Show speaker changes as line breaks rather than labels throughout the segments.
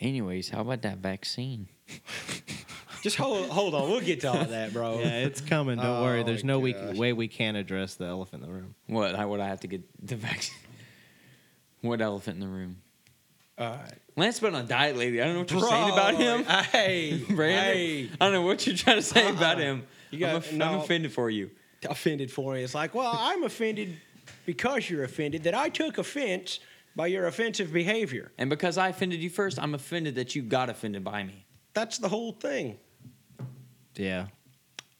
Anyways, how about that vaccine?
Just hold hold on. We'll get to all that, bro.
Yeah, it's coming. Don't
Oh
worry. There's
my
no we,
gosh.
way we can address the elephant in the room.
What? How would I have to get the vaccine? What elephant in the room?
All right.
Lance been on a diet lately. I don't know what you're saying about him.
Hey,
Brandon,
hey.
I don't know what you're trying to say about him.
You got-
I'm, off- I'm
no.
offended for you.
Offended for it. It's like, well, I'm offended because you're offended that I took offense by your offensive behavior.
And because I offended you first, I'm offended that you got offended by me.
That's the whole thing.
Yeah.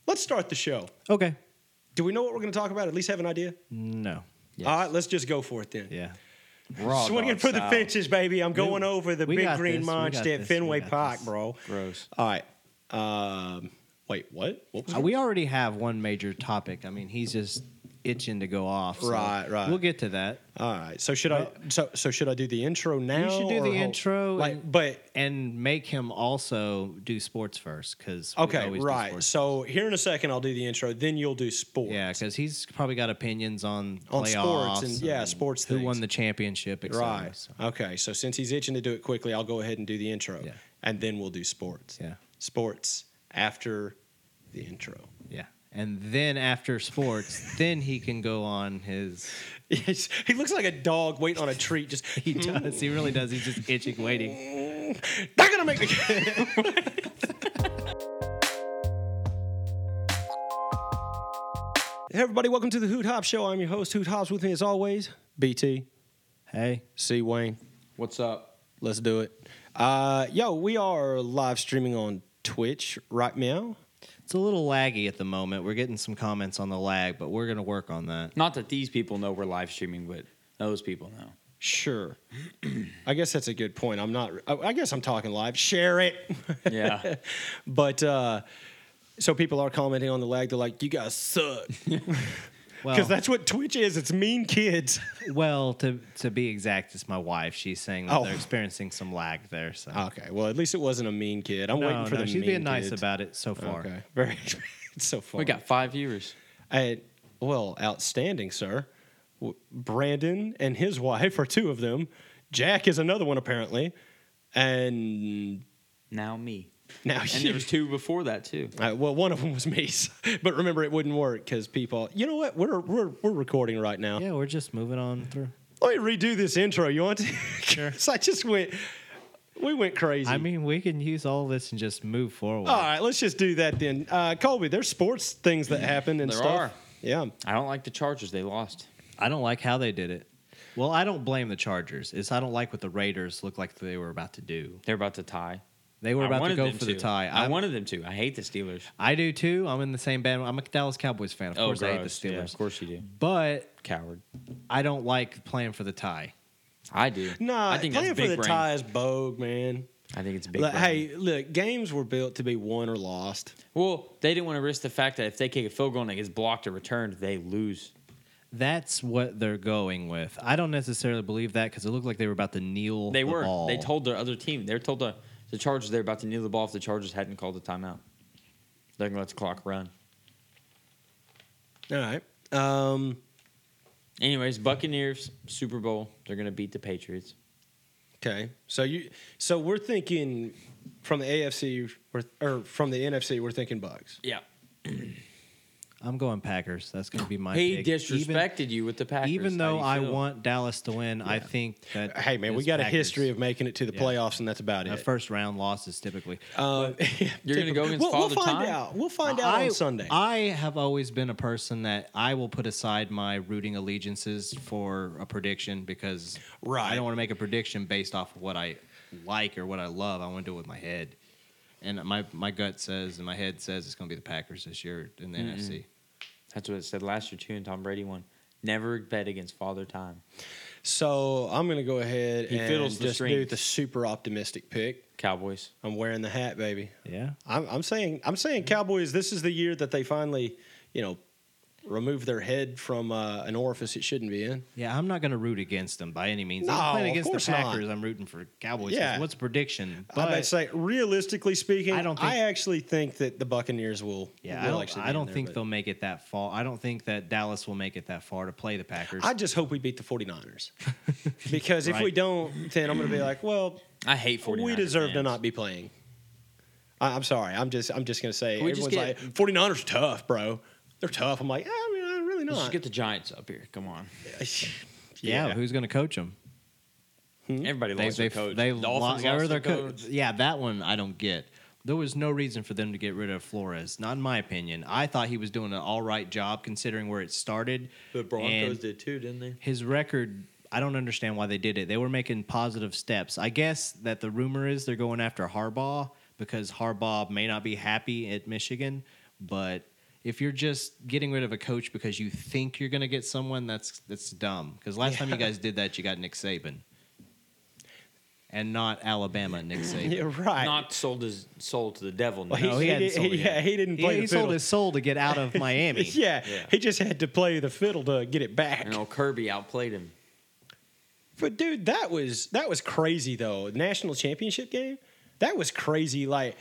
Let's start the show.
Okay.
Do we know what we're going to talk about? At least have an idea.
No.
All right, let's just go for it then.
Yeah.
Raw
Swinging
dog
for the
style.
fences, baby. I'm going
We-
over the
we
big
got
green
this, we got
monster at
this,
Fenway
we got
Park,
this.
bro.
Gross.
All right. Um, wait, what? What was
Uh, we already have one major topic. I mean, he's just itching to go off. so
Right, right.
We'll get to that.
All right. So should I? So so should I do the intro now?
should do
or
the
hold-
intro
Like,
and-
but
And make him also do sports first, because
okay, right. So here in a second, I'll do the intro. Then you'll do sports.
yeah, because he's probably got opinions on
On
playoffs
sports and- yeah, sports
Who won
things.
the championship? et cetera,
Right.
so.
Okay. So since he's itching to do it quickly, I'll go ahead and do the intro,
Yeah.
and then we'll do sports.
Yeah.
Sports after the intro.
Yeah. And then after sports, then he can go on his.
Yes. He looks like a dog waiting on a treat. Just
He does. He really does. He's just itching, waiting.
not gonna make me. Hey everybody, welcome to the Hoot Hop Show. I'm your host, Hoot Hops. With me as always, BT,
Hey.
C Wayne.
What's up?
Let's do it. Uh, yo, we are live streaming on Twitch right now.
It's a little laggy at the moment. We're getting some comments on the lag, but we're going to work on that.
Not that these people know we're live streaming, but those people know.
Sure. I guess that's a good point. I'm not. I I guess I'm talking live. Share it.
Yeah.
but uh, so people are commenting on the lag. They're like, "You guys suck," because
Well,
that's what Twitch is. It's mean kids.
well, to to be exact, it's my wife. She's saying that
Oh.
they're experiencing some lag there. So
Okay. Well, at least it wasn't a mean kid. I'm
no,
waiting for
no,
the
she's
mean
being nice
kids.
about it so far.
Okay. Very. it's so far.
we got five viewers.
I, well, outstanding, sir. W- Brandon and his wife are two of them. Jack is another one apparently, and
Now me.
now
And
you.
there was two before that too.
Uh, well, one of them was me, so- but remember it wouldn't work because people. You know what? We're we're we're recording right now.
Yeah, we're just moving on through.
Let me redo this intro. You want to? Because I just went. We went crazy.
I mean, we can use all this and just move forward.
Oh.
all right, let's just do that then. Uh, Colby, there's sports things that happen and
There
stuff.
are.
Yeah.
I don't like the Chargers. They lost.
I don't like how they did it. Well, I don't blame the Chargers. It's I don't like what the Raiders looked like they were about to do.
They're about to tie.
They were
I
about to
wanted
go
them
for the tie.
I,
I,
wanted them to. I hate the Steelers.
I do too. I'm in the same band. I'm a Dallas Cowboys fan. Of
Oh,
course, I hate the
gross. Yeah,
Steelers.
of course you do.
But
Coward.
I don't like playing for the tie.
I do.
Nah,
I think
playing
that's big
for the
brain.
tie is bogue, man.
I think it's big.
Like,
brain.
hey, look, games were built to be won or lost.
Well, they didn't want to risk the fact that if they kick a field goal and it gets blocked or returned, they lose.
That's what they're going with. I don't necessarily believe that because it looked like they were about to kneel.
They
the
were.
Ball.
They told their other team. They were told the, the Chargers they're about to kneel the ball if the Chargers hadn't called the timeout. They're gonna let the clock run.
All right. Um,
Anyways, Buccaneers Super Bowl. They're gonna beat the Patriots.
okay. So you, so we're thinking from the AFC we're, or from the NFC, we're thinking Bucks.
Yeah,
I'm going Packers. That's going to be my.
he
pick.
disrespected you with the Packers.
Even, even
How do
though
you
I
feel?
want Dallas to win, I think that.
Hey man, we
this
got a
Packers-
history of making it to the
Yeah.
playoffs, and that's about
uh,
it.
first round losses typically.
Um,
You're gonna go against
we'll,
Father
We'll find
Time?
out. We'll find out
I-
on Sunday.
I have always been a person that I will put aside my rooting allegiances for a prediction because
Right.
I don't want to make a prediction based off of what I like or what I love. I want to do it with my head. And my, my gut says and my head says it's going to be the Packers this year in the NFC.
That's what it said last year too, and Tom Brady won. Never bet against Father Time.
so I'm gonna go ahead
He
and
fiddles the
just do
strings.
the super optimistic pick.
Cowboys.
I'm wearing the hat, baby.
Yeah.
I'm, I'm saying I'm saying Cowboys. This is the year that they finally, you know, remove their head from uh, an orifice it shouldn't be in.
Yeah, I'm not going to root against them by any means.
No,
I'm
of
playing against
course
the
not.
Packers. I'm rooting for Cowboys.
Yeah.
Yeah. What's the prediction?
But, I might
But
say, realistically speaking, I
I
don't.
don't think-
I actually think that the Buccaneers will.
yeah,
will
I don't,
actually
I
be in
don't
there,
think
but-
they'll make it that far. I don't think that Dallas will make it that far to play the Packers.
I just hope we beat the 49ers. because if we
Right.
don't, then I'm going to be like, well,
I hate 49
we deserve to not be playing. I, I'm sorry. I'm just I'm just going to say
Can we
everyone's
just
like 49ers tough, bro. They're tough. I'm like, "Ah, I mean, I really
Let's
not.
just get the Giants up here. Come on.
yeah, who's going to coach them?
Everybody
They,
lost
they,
their coach.
they
Dolphins lost
lost, or
their
their co-
coach.
Yeah, that one I don't get. There was no reason for them to get rid of Flores, not in my opinion. I thought he was doing an all right job considering where it started.
The Broncos
And-
did too, didn't they?
his record i don't understand why they did it they were making positive steps i guess that the rumor is they're going after harbaugh because harbaugh may not be happy at michigan but if you're just getting rid of a coach because you think you're going to get someone that's that's dumb because last time you guys did that you got nick saban and not alabama nick saban
yeah, right.
Not sold his soul to the devil.
Well,
no.
Oh, he
he,
hadn't
he-
sold it
yeah,
yet.
he didn't
he,
play
he
the
sold
fiddle.
his soul to get out of miami
yeah,
Yeah.
he just had to play the fiddle to get it back.
and old Kirby outplayed him.
But dude, that was that was crazy though. National championship game, that was crazy. Like,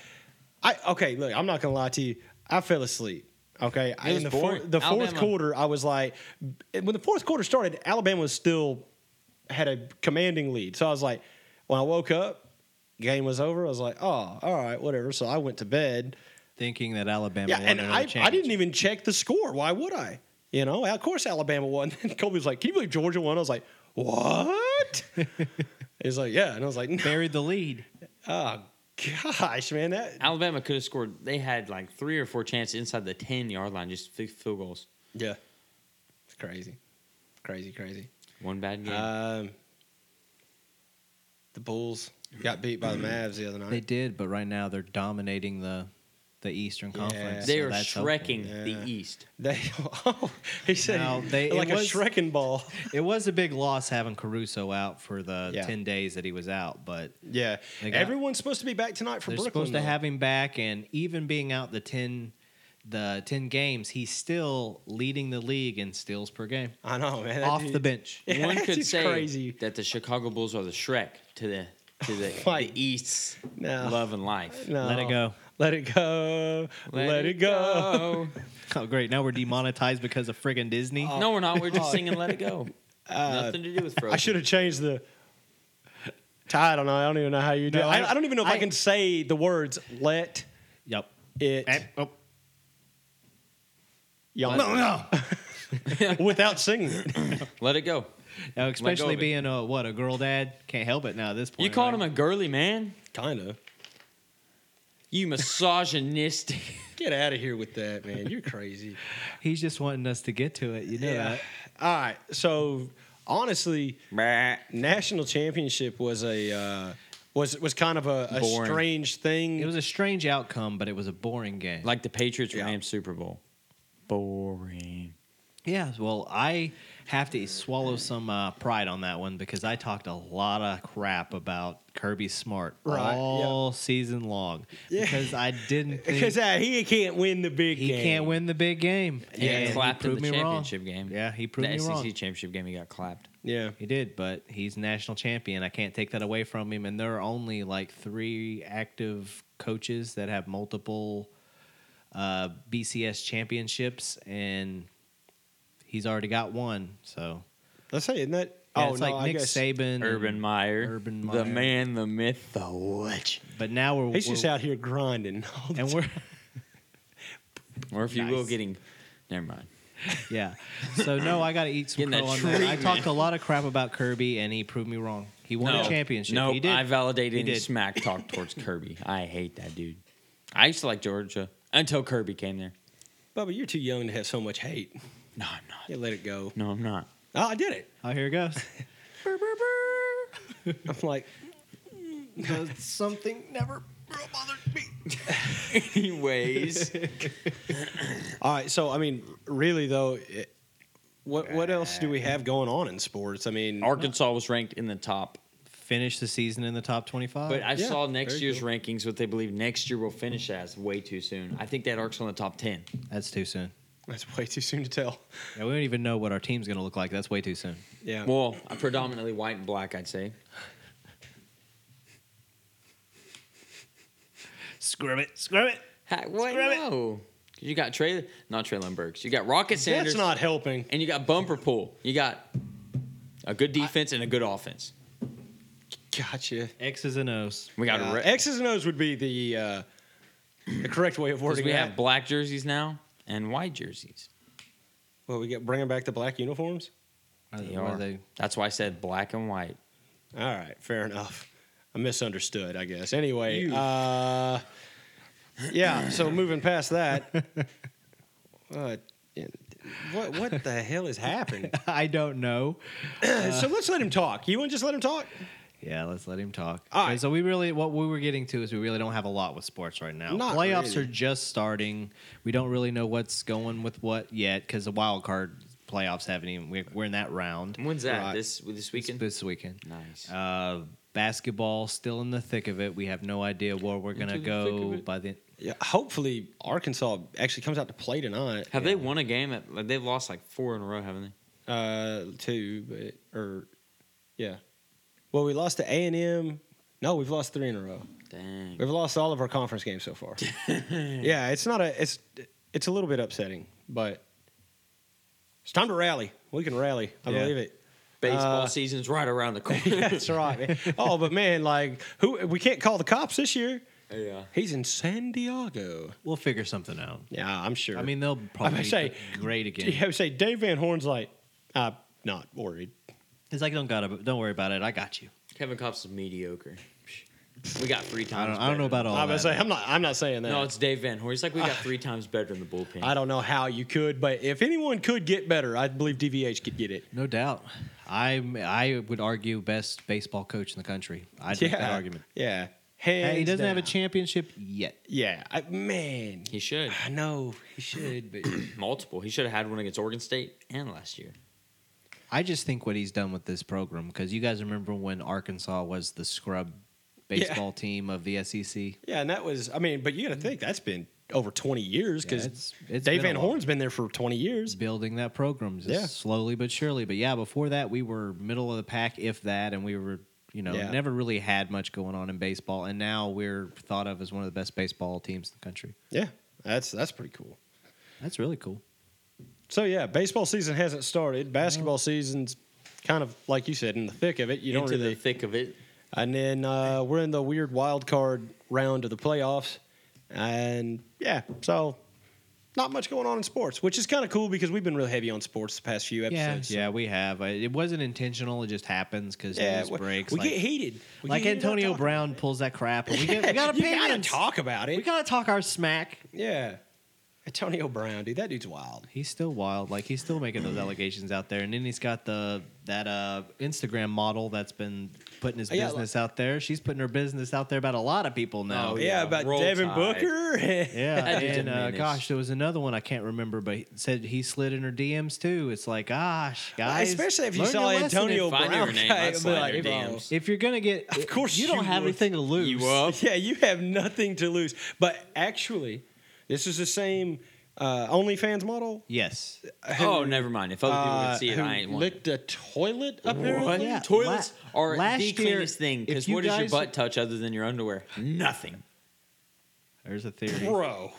I okay, look, I'm not gonna lie to you. I fell asleep. Okay,
It
I- in
was
the, four,
boring.
the fourth
Alabama-
quarter, I was like, when the fourth quarter started, Alabama was still had a commanding lead. So I was like, when I woke up, game was over. I was like, oh, all right, whatever. So I went to bed.
thinking that alabama
Yeah,
won
and
another
I, I
championship.
didn't even check the score. Why would I? You know, of course Alabama won. And Colby was like, "Can you believe Georgia won?" I was like, "What?" He's like, "Yeah," and I was like, no.
buried the lead
"Oh gosh, man, that
Alabama could have scored. They had like three or four chances inside the 10 yard line, just fi- field goals.
yeah, it's crazy, crazy, crazy."
One bad game.
Uh,
Um, the Bulls got beat by the Mavs the other night.
They did, but right now they're dominating the the Eastern Conference.
they
so
are
that's
shrecking
Yeah.
the East.
They, oh, he said
Now, they- it
like a
was-
Shrekin ball.
hopeful. It was a big loss having Caruso out for the
Yeah.
ten days that he was out, but
Yeah,
They got-
everyone's supposed to be back tonight for
they're
Brooklyn.
supposed to
though.
have him back. And even being out the ten the ten games, he's still leading the league in steals per game
I know, man. that
off
dude-
the bench.
Yeah,
One
that's
could
just
say
crazy.
that the Chicago Bulls are the Shrek to the to the,
Like,
the East's
no.
love and life.
No.
Let it go.
Let it go. Let, it go.
Oh, great! Now we're demonetized because of friggin' Disney.
Oh.
No, we're not. We're just singing "Let It Go."
Uh,
Nothing to do with Frozen.
I should have changed the. Ty, I don't know. I don't even know how you do.
No,
it. I,
I-
I don't even know if I,
I-
can say the words "let
Yep.
it
Eh, oh,
yawn
no.
without singing it.
Let it go.
Now,
go of
especially
it.
being a what a girl dad can't help it now at this point.
You called
right?
him a girly man.
kind of.
You misogynistic.
Get out of here with that, man. You're crazy.
He's just wanting us to get to it. You know that.
All right. So honestly,
That's
national championship was a uh, was was kind of a, a
Boring.
strange thing.
It was a strange outcome, but it was a boring game.
like the Patriots
Yeah.
Rams Super Bowl. Boring.
yeah, well, I have to swallow some uh, pride on that one because I talked a lot of crap about Kirby Smart
Right, yeah.
all season long
Yeah.
because I didn't
because
think
uh, he can't win the big
he
game.
can't win the big game.
He
And
got clapped in
proved
the
me wrong.
championship game.
Yeah,
The E
he proved me
SEC
wrong.
championship game, he got clapped.
Yeah.
He did, but he's national champion. I can't take that away from him. And there are only like three active coaches that have multiple uh, BCS championships, and he's already got one. So
Let's say, isn't that?
Yeah,
oh,
it's
no,
like
I
Nick
guess.
Saban, and-
Urban Meyer,
Urban
the
Meyer.
man, the myth, the witch.
But now we're
He's just
we're-
out here grinding. All the
and
time.
we're
Or if you will,
Nice.
getting. Never mind.
yeah. So no, I got to eat some
Getting that
crow on that. I
treatment.
talked a lot of crap about Kirby, and he proved me wrong. He won a championship.
No,
he did.
I validated
He
any
did.
smack talk towards Kirby. I hate that dude. I used to like Georgia until Kirby came there.
Bubba, you're too young to have so much hate.
No, I'm not.
Yeah, let it go.
No, I'm not.
Oh, I did it.
oh, here it goes.
I'm like,
Something never bothered me.
Anyways,
all right. So, I mean, really though, it, what what else do we have going on in sports? I mean,
Arkansas was ranked in the top,
Finish the season in the top twenty-five.
but I
yeah,
saw next
very
year's
cool.
rankings what they believe next year will finish as way too soon. I think that Arkansas in the top ten.
That's too soon.
That's way too soon to tell.
Yeah, we don't even know what our team's going to look like. That's way too soon.
Yeah.
Well, uh, predominantly white and black, I'd say.
Scrum it, scrum it.
Ha, what?
Screw it.
No. 'Cause You got Trey, not Traylon Burks. You got Rocket Sanders.
That's not helping.
and you got bumper pull. You got a good defense and a good offense.
Gotcha.
X's and O's.
We got
Yeah,
a re-
X's and O's would be the uh, the correct way of
'cause
wording
we
that.
have black jerseys now and white jerseys.
well, we get bringing back the black uniforms.
Are
They
what
are. That's why I said black and white.
All right, fair enough. I misunderstood, I guess. Anyway, uh, yeah. So moving past that, uh, what what the hell has happened?
I don't know.
so let's let him talk. You want to just let him talk?
Yeah, let's let him talk.
All
Okay,
right.
So we really, what we were getting to is we really don't have a lot with sports right now.
Not
Playoffs
really.
are just starting. We don't really know what's going with what yet because the wild card playoffs haven't even. we- We're in that round
When's that?
Right.
This this weekend.
this weekend.
nice.
Uh, basketball still in the thick of it. We have no idea where we're gonna
Into the thick of
go
it.
by the.
Yeah. Hopefully, Arkansas actually comes out to play tonight.
have they won a game? At, like, they've lost like four in a row, haven't they?
Uh, two, but or yeah. Well, we lost to A and M. No, we've lost three in a row.
Dang.
We've lost all of our conference games so far. yeah, it's not a it's it's a little bit upsetting, but it's time to rally. We can rally. I
Yeah.
believe it.
Baseball
Uh,
season's right around the corner.
That's right. Man. Oh, but man, like who we can't call the cops this year.
yeah.
He's in San Diego.
We'll figure something out.
Yeah, I'm sure.
I mean, they'll probably
say-
be great again.
yeah, I would say Dave Van Horn's like, I'm not worried.
He's like, don't gotta, don't worry about it. I got you.
Kevin Cops is mediocre. We got three
I
times.
don't, I don't know
better.
about all
I
that.
was say I'm not. I'm not saying that.
No, it's Dave Van Horn. He's like we got three times better in the bullpen.
I don't know how you could, but if anyone could get better, I believe DVH could get it.
No doubt. I I would argue best baseball coach in the country. I'd make that argument.
Yeah.
Hey, he
Hands
doesn't have a
down.
championship yet.
Yeah, I, man.
He should.
I know he should, but
Multiple. He should have had one against Oregon State and last year.
I just think what he's done with this program because you guys remember when Arkansas was the scrub baseball team of the E SEC.
yeah, and that was. I mean, but you got to think that's been over twenty years
Yeah,
because
it's- it's
Dave
been a
Van
while.
Horn's been there for twenty
It's
years.
building that program just
Yeah.
slowly but surely. But yeah, before that we were middle of the pack, if that, and we were you know
Yeah.
never really had much going on in baseball. And now we're thought of as one of the best baseball teams in the country.
Yeah, that's that's pretty cool.
That's really cool.
So yeah, baseball season hasn't started. Basketball season's kind of like you said in the thick of it. You don't
Into
really.
the thick of it.
and then uh, we're in the weird wild card round of the playoffs, and yeah, so not much going on in sports, which is kind of cool because we've been real heavy on sports the past few episodes.
Yeah, yeah, we have. I, it wasn't intentional. It just happens because
Yeah,
news
we-
breaks.
We
like
get heated. We
like
get heated on
Antonio
talking
Brown pulls that crap. And we, get, we got
you gotta
opinions.
talk about
We
it.
gotta talk our smack.
yeah. Antonio Brown, dude, that dude's wild.
He's still wild. Like he's still making those allegations out there, and then he's got the that uh, Instagram model that's been putting his
Oh, Yeah, like-
business out there. She's putting her business out there about a lot of people now.
Oh,
Yeah,
yeah,
about
Roll
Devin
Tide.
Booker.
Yeah,
That dude's a
and uh,
menace.
gosh, there was another one I can't remember, but he said he slid in her DMs too. It's like, gosh, guys,
Especially if you
learn
saw
your lesson
Antonio
If
If,
I knew
Brown.
her name, I'd
guy, I'd be
slide her
bro.
DMs.
if you're gonna get,
Of course
you don't
you
have
would.
anything to lose.
You up?
Yeah, you have nothing to lose. But actually, this is the same uh, OnlyFans model.
Yes.
oh, never mind. If other people
uh,
can see it,
who
I ain't one.
licked a toilet apparently.
What?
Yeah,
Toilets
la-
are
last
the
year,
cleanest thing. Because
if you
what does your
guys-
butt touch other than your underwear? Nothing.
There's a theory.
Bro.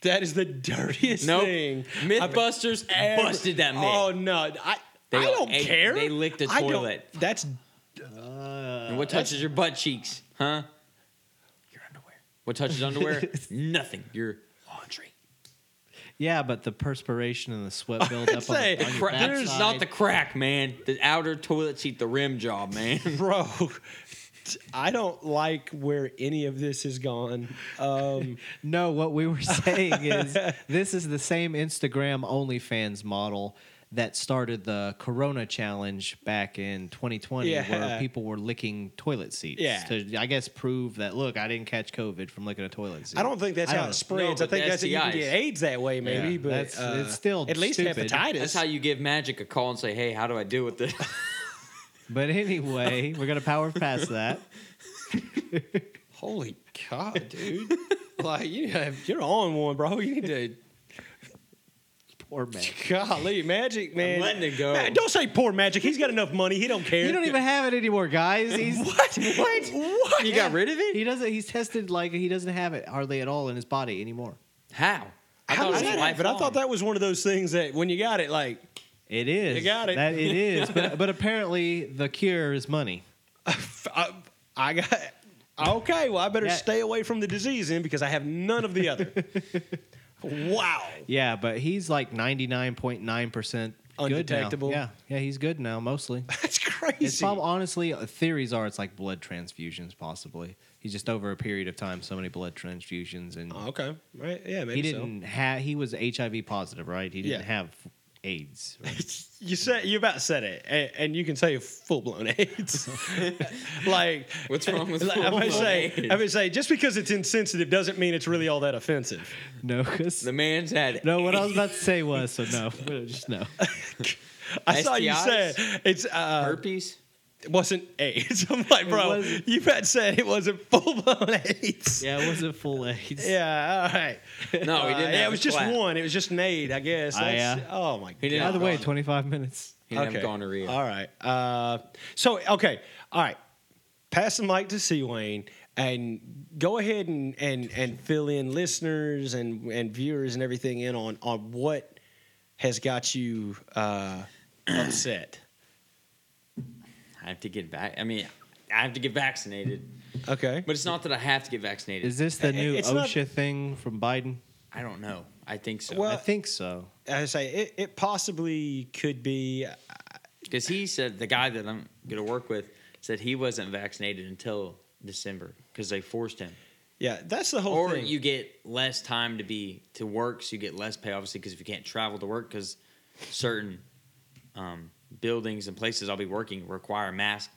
That is the dirtiest
Nope.
thing.
Mythbusters
Ever-
busted that myth.
Oh no, I
They
I don't
ate-
care.
they licked the
I don't-
toilet.
That's
and what touches your butt cheeks? Huh?
Your underwear.
What touches underwear? Nothing. Your laundry.
Yeah, but the perspiration and the sweat build up on,
say,
the,
The
on your
cra- there's
backside.
not the crack, man. The outer toilet seat, the rim job, man.
bro. I don't like where any of this has gone. Um,
No, what we were saying is this is the same Instagram OnlyFans model that started the Corona challenge back in 2020,
Yeah.
where people were licking toilet seats.
Yeah.
To, I guess, prove that, look, I didn't catch COVID from licking a toilet seat.
I don't think that's
I
how
don't know.
it spreads.
No,
I think
but
that's you can
STIs.
get AIDS that way, maybe.
Yeah,
but
that's-
uh,
it's still
at least
stupid.
hepatitis.
That's how you give Magic a call and say, hey, how do I deal with this?
But anyway, we're going to power past that.
Holy God, dude! like you have, you're on one, bro. You need to
Poor Magic.
Golly, Magic man,
letting it go.
Ma- don't say poor Magic. He's got enough money. He don't care.
You don't even have it anymore, guys. He's
what? What? What?
You got rid of it?
He doesn't. He's tested like he doesn't have it hardly at all in his body anymore.
How?
How does
it was
that happen? I
lifelong.
thought that was one of those things that when you got it, like,
It is.
You got it.
That it is. But but apparently the cure is money.
f- I, I got. Okay, well, I better
Yeah.
stay away from the disease then because I have none of the other. wow.
Yeah, but he's like ninety nine point nine percent
Undetectable.
Good now. Yeah, yeah, he's good now mostly.
That's crazy.
It's probably honestly uh, theories are it's like blood transfusions possibly. He's just over a period of time so many blood transfusions and
Oh, okay. Right. Yeah, maybe
he didn't have he was HIV positive right? He didn't
Yeah.
have AIDS. right?
so. You said you about said it, and, and you can say full blown AIDS. like
What's wrong with
like, I'm gonna
full-blown
say
AIDS?
I'm gonna say just because it's insensitive doesn't mean it's really all that offensive.
no, 'cause-
The man's had
no. What I was about to say was so no, just no.
I saw you
STIs?
said it's uh,
herpes.
it wasn't AIDS. I'm like, bro,
wasn't.
you had said it wasn't full blown AIDS.
Yeah, it wasn't full AIDS.
Yeah, all right.
No, he
Uh,
didn't.
yeah,
have
it was just
flat.
one. It was just Nade, I guess.
I,
That's-
uh,
oh my god.
He didn't
By
have
the way,
gonorrhea.
twenty five minutes.
He didn't have gonorrhea.
All right. Uh, so okay. All right. Pass the mic to C Wayne and go ahead and, and, and fill in listeners and, and viewers and everything in on, on what has got you uh, upset.
I have to get back. I mean, I have to get vaccinated,
Okay.
but it's not that I have to get vaccinated.
Is this the new
It's not-
OSHA thing from Biden?
I don't know. I think so.
Well-
I think so.
I say it, it possibly could be
because he said the guy that I'm gonna work with said he wasn't vaccinated until December because they forced him.
yeah, that's the whole
or
thing.
you get less time to be to work, so you get less pay, obviously, because if you can't travel to work, because certain um, buildings and places I'll be working require a mask,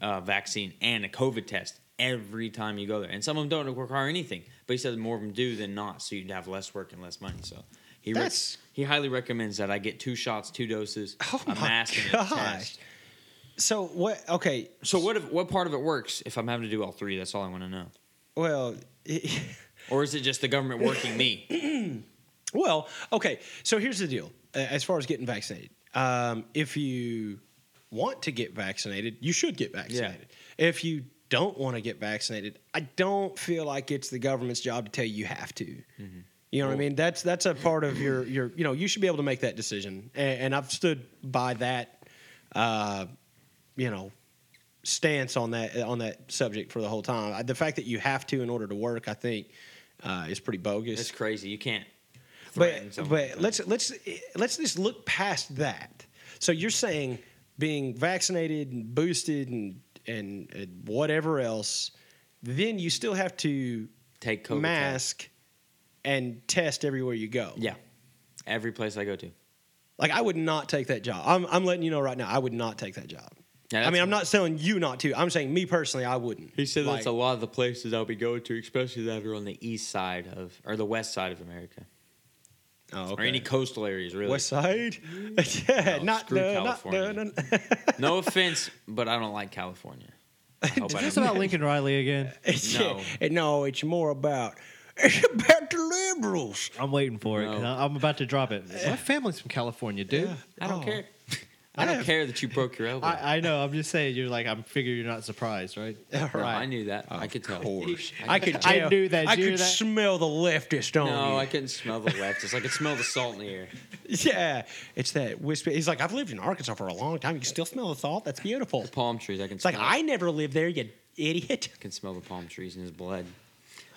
uh, vaccine, and a COVID test every time you go there. And some of them don't require anything, but he said more of them do than not, so you'd have less work and less money. So he rec-
That's-
he highly recommends that I get two shots, two doses,
Oh
a
my
mask,
gosh.
and a test.
so what okay,
So what if what part of it works if I'm having to do all three? That's all I want to know.
well
Or is it just the government working me?
Well, okay. So here's the deal. uh, As far as getting vaccinated, um, if you want to get vaccinated, you should get vaccinated. If you don't want to get vaccinated, I don't feel like it's the government's job to tell you you have to. You know what I mean? That's that's a part of your your you know you should be able to make that decision, and, and I've stood by that. Uh, you know, stance on that uh, on that subject for the whole time. I- The fact that you have to in order to work, I think, uh, is pretty bogus
It's crazy. You can't. threaten
but
someone like
but
that.
let's let's let's just look past that. So you're saying being vaccinated and boosted and and, and whatever else, then you still have to
take COVID test.
mask and test everywhere you go.
Yeah, every place I go to.
Like I would not take that job. I'm I'm letting you know right now. I would not take that job.
Yeah,
I
that's-
mean, I'm not telling you not to. I'm saying me personally, I wouldn't.
He said
Like,
that's a lot of the places I'll be going to, especially that are on the east side of or the west side of America
oh,
or any coastal areas. Really.
West Side. yeah,
No,
not,
screw
the, not the.
California.
no, no.
no offense, but I don't like California. I hope I
Is this
don't-
about Lincoln Riley again?
No.
Yeah. no, it's more about it's about the liberals.
I'm waiting for it. 'cause
No.
I- I'm about to drop it. My family's from California, dude.
I don't
Oh.
care. I don't care that you broke your elbow.
I, I know. I'm just saying. You're like, I'm figure you're not surprised, right?
All
No,
right.
I knew that. I could tell.
Oh, I could
I
tell.
knew that,
I
you
could
that-
smell the leftist on
No,
you.
I couldn't smell the leftists. I could smell the salt in the air.
yeah, it's that whisper. He's like, I've lived in Arkansas for a long time. You can still smell the salt. That's beautiful. It's
Palm trees. I can.
like
smell
I never lived there, you idiot.
can smell the palm trees in his blood.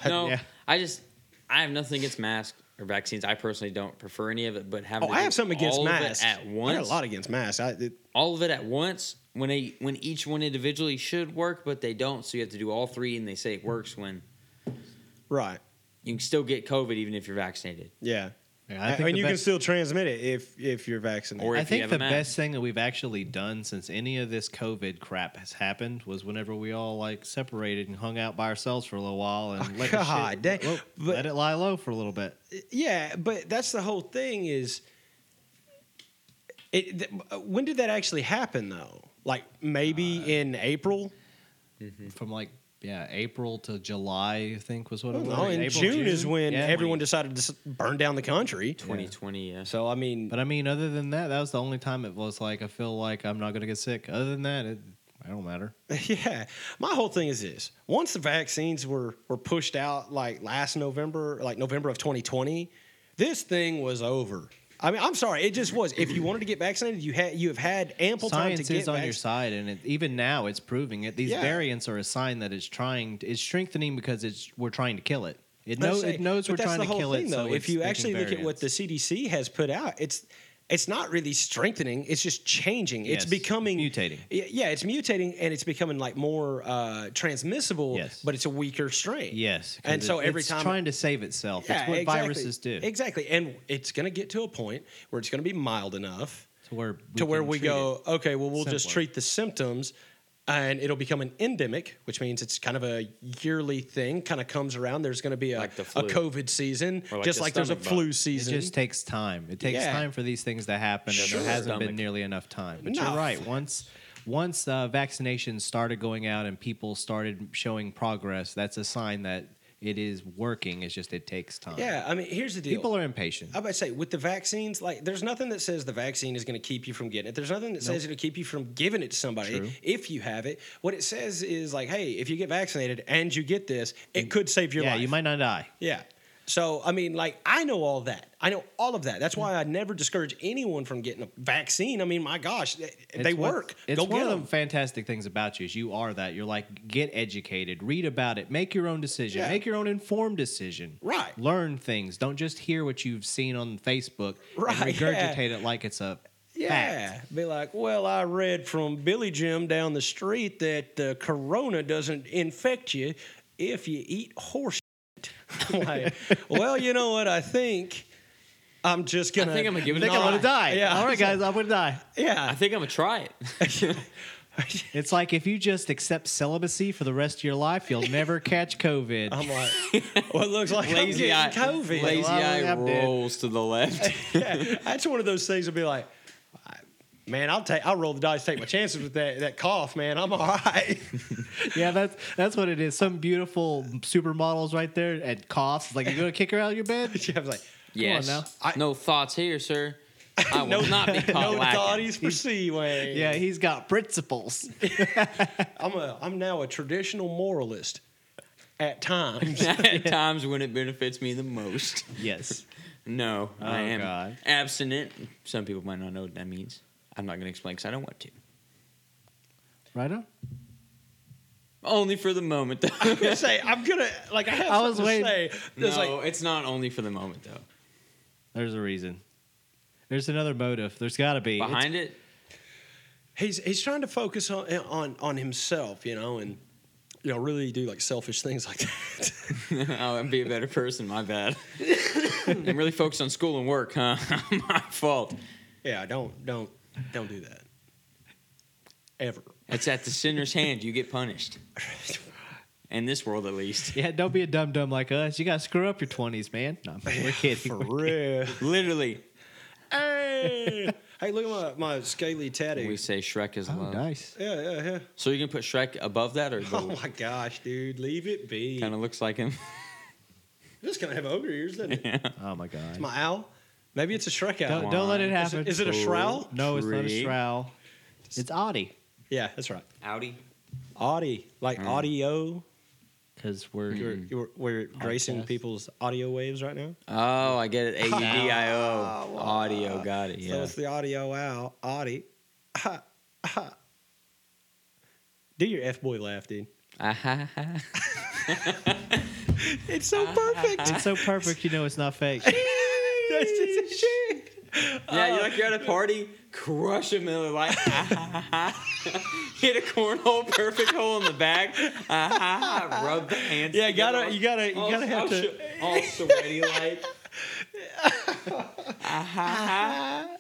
No,
Yeah.
I just I have nothing against masks or vaccines. I personally don't prefer any of it, but having
Oh,
to
I
do
have something against
all of it
masks.
at once,
I got a lot against masks. I, it,
all of it at once when they when each one individually should work, but they don't. So you have to do all three, and they say it works when
right.
you can still get COVID even if you're vaccinated.
Yeah.
Yeah,
I,
think
mean,
the
you can
best-
still transmit it if if you're vaccinated.
Or
I
if you
think
have a
the
mask.
best thing that we've actually done since any of this COVID crap has happened was whenever we all like separated and hung out by ourselves for a little while and
Oh,
let, the shit-
God, that-
lo-
but-
let it lie low for a little bit.
yeah, but that's the whole thing is it th- when
Uh,
did that actually happen though? Like maybe in April?
From like yeah, April to July, I think was what it was.
Well, Oh, in
April,
June, is when
Yeah.
everyone decided to s- burn down the country.
2020, yeah.
So I mean,
But I mean, other than that, that was the only time it was like I feel like I'm not gonna get sick. Other than that, it, I don't matter.
yeah, my whole thing is this: once the vaccines were were pushed out, like last November, like November of 2020, this thing was over. I mean, I'm sorry, it just was. If you wanted to get vaccinated, you had you have had ample time
Science
to get
is on
vac-
your side, and it, even now it's proving it. These
Yeah.
variants are a sign that it's trying. It's strengthening because it's we're trying to kill it.
Let's
It knows.
say-
It knows
but
we're
that's
trying
the
to
whole
kill
thing,
it.
Though,
so
if
it's
you
making
actually look at what
variants.
the CDC has put out, it's it's not really strengthening. It's just changing.
Yes,
it's becoming
mutating.
Y- Yeah, it's mutating and it's becoming like more uh, transmissible.
Yes.
but it's a weaker strain.
yes, 'cause
and so
it-
every
it's
time
trying to save itself. it's what
exactly.
viruses do.
Exactly, and it's going to get to a point where it's going to be mild enough
to where
to where
can
we
treat it.
go, okay, well, we'll just
Simpler.
treat the symptoms and it'll become an endemic, which means it's kind of a yearly thing, kind of comes around. There's going to be a,
Like the flu.
a COVID season,
Or like
just
the
like there's a
stomach
flu
bug.
It
season.
just takes time. It takes
Yeah.
time for these things to happen, and
Sure.
there hasn't
Stomach.
been nearly enough time. But
No.
you're right. Once once uh, vaccinations started going out and people started showing progress, that's a sign that it is working. It's just it takes time.
yeah, I mean, here's the deal.
people are impatient.
I about to say with the vaccines, like there's nothing that says the vaccine is going to keep you from getting it. There's nothing that says it'll keep you from giving it to somebody
True.
if you have it. What it says is like, hey, if you get vaccinated and you get this, it could save your
yeah,
life.
you might not die.
Yeah. So I mean, like I know all that. I know all of that. That's why I never discourage anyone from getting a vaccine. I mean, my gosh, they, they
It's what-
work.
It's
Go
one
get
of
them.
the fantastic things about you is you are that. You're like get educated, read about it, make your own decision,
Yeah.
make your own informed decision.
Right.
Learn things. Don't just hear what you've seen on Facebook
Right,
and
yeah.
regurgitate it like it's a
Yeah.
fact.
Be like, well, I read from Billy Jim down the street that the corona doesn't infect you if you eat horse. shit." I'm like, well, you know what? I think I'm just gonna.
think I'm gonna give
I
it
think I'm
Nah.
gonna die.
Yeah.
All right, guys, I'm gonna die.
I
Yeah.
think I'm gonna try it.
It's like if you just accept celibacy for the rest of your life, you'll never catch COVID.
I'm like, well, it looks like
lazy
I'm
eye,
getting COVID.
lazy
Well,
eye
I'm dead.
rolls to the left.
yeah, that's one of those things. Would be like, man, I'll take, I'll roll the dice, take my chances with that that cough, man. I'm all right.
yeah, that's that's what it is. Some beautiful supermodels right there and coughs. Like you gonna kick her out of your bed?
I was like,
yes.
now.
I-
no thoughts here, sir. I will
no,
not be caught
no
lacking.
thoughties for Seaway.
Yeah, he's got principles.
I'm a, I'm now a traditional moralist. At times,
At times when it benefits me the most.
yes.
No, I
Oh,
am
God.
abstinent. Some people might not know what that means. I'm not gonna explain because I don't want to.
Right on.
Only for the moment, though.
I'm gonna say I'm gonna like I have
I was
something
waiting.
to say.
no,
It's like
it's not only for the moment though.
There's a reason. There's another motive. There's got to be. It's-
Behind it,
he's he's trying to focus on on on himself, you know, and you know really do like selfish things like that.
I'll Oh, be a better person. My bad. I'm really focused on school and work, huh? my fault.
yeah, don't don't don't do that ever.
It's at the sinner's hand. You get punished. In this world, at least.
yeah, don't be a dumb dumb like us. You got to screw up your 20s, man. No, we're kidding.
For real.
Literally,
hey, hey, look at my, my scaly tattoo.
we say Shrek is
Oh,
love.
nice.
yeah, yeah, yeah.
So you can put Shrek above that, or
Oh my gosh, dude, leave it be.
kind of looks like him.
This kind of have ogre ears, doesn't it?
Oh, my God.
My owl. Maybe it's a Shrek owl.
Don't, don't let it
Is
happen.
it- is it a shrowl?
No, it's not
Tree.
a shrowl. It's Audi.
Yeah, that's right.
Audi.
Audi, like audio.
Because we're.
You're, you're, we're gracing
Podcast.
people's audio waves right now.
Oh, I get it. A U D I
Ah,
O.
wow.
Audio. Got it.
So
Yeah.
it's the audio owl, Audi. Ha, ha. Do your F boy laugh, dude.
Ah, Ah-ha-ha.
It's so perfect.
It's so perfect, you know it's not fake.
That's just a shit.
Yeah, you're like you're at a party, crush a Miller Lite, hit a cornhole, perfect hole in the back, Ah, rub the hands.
Yeah, gotta- you gotta- you
Oh,
gotta have to-
all sweaty like. Ah,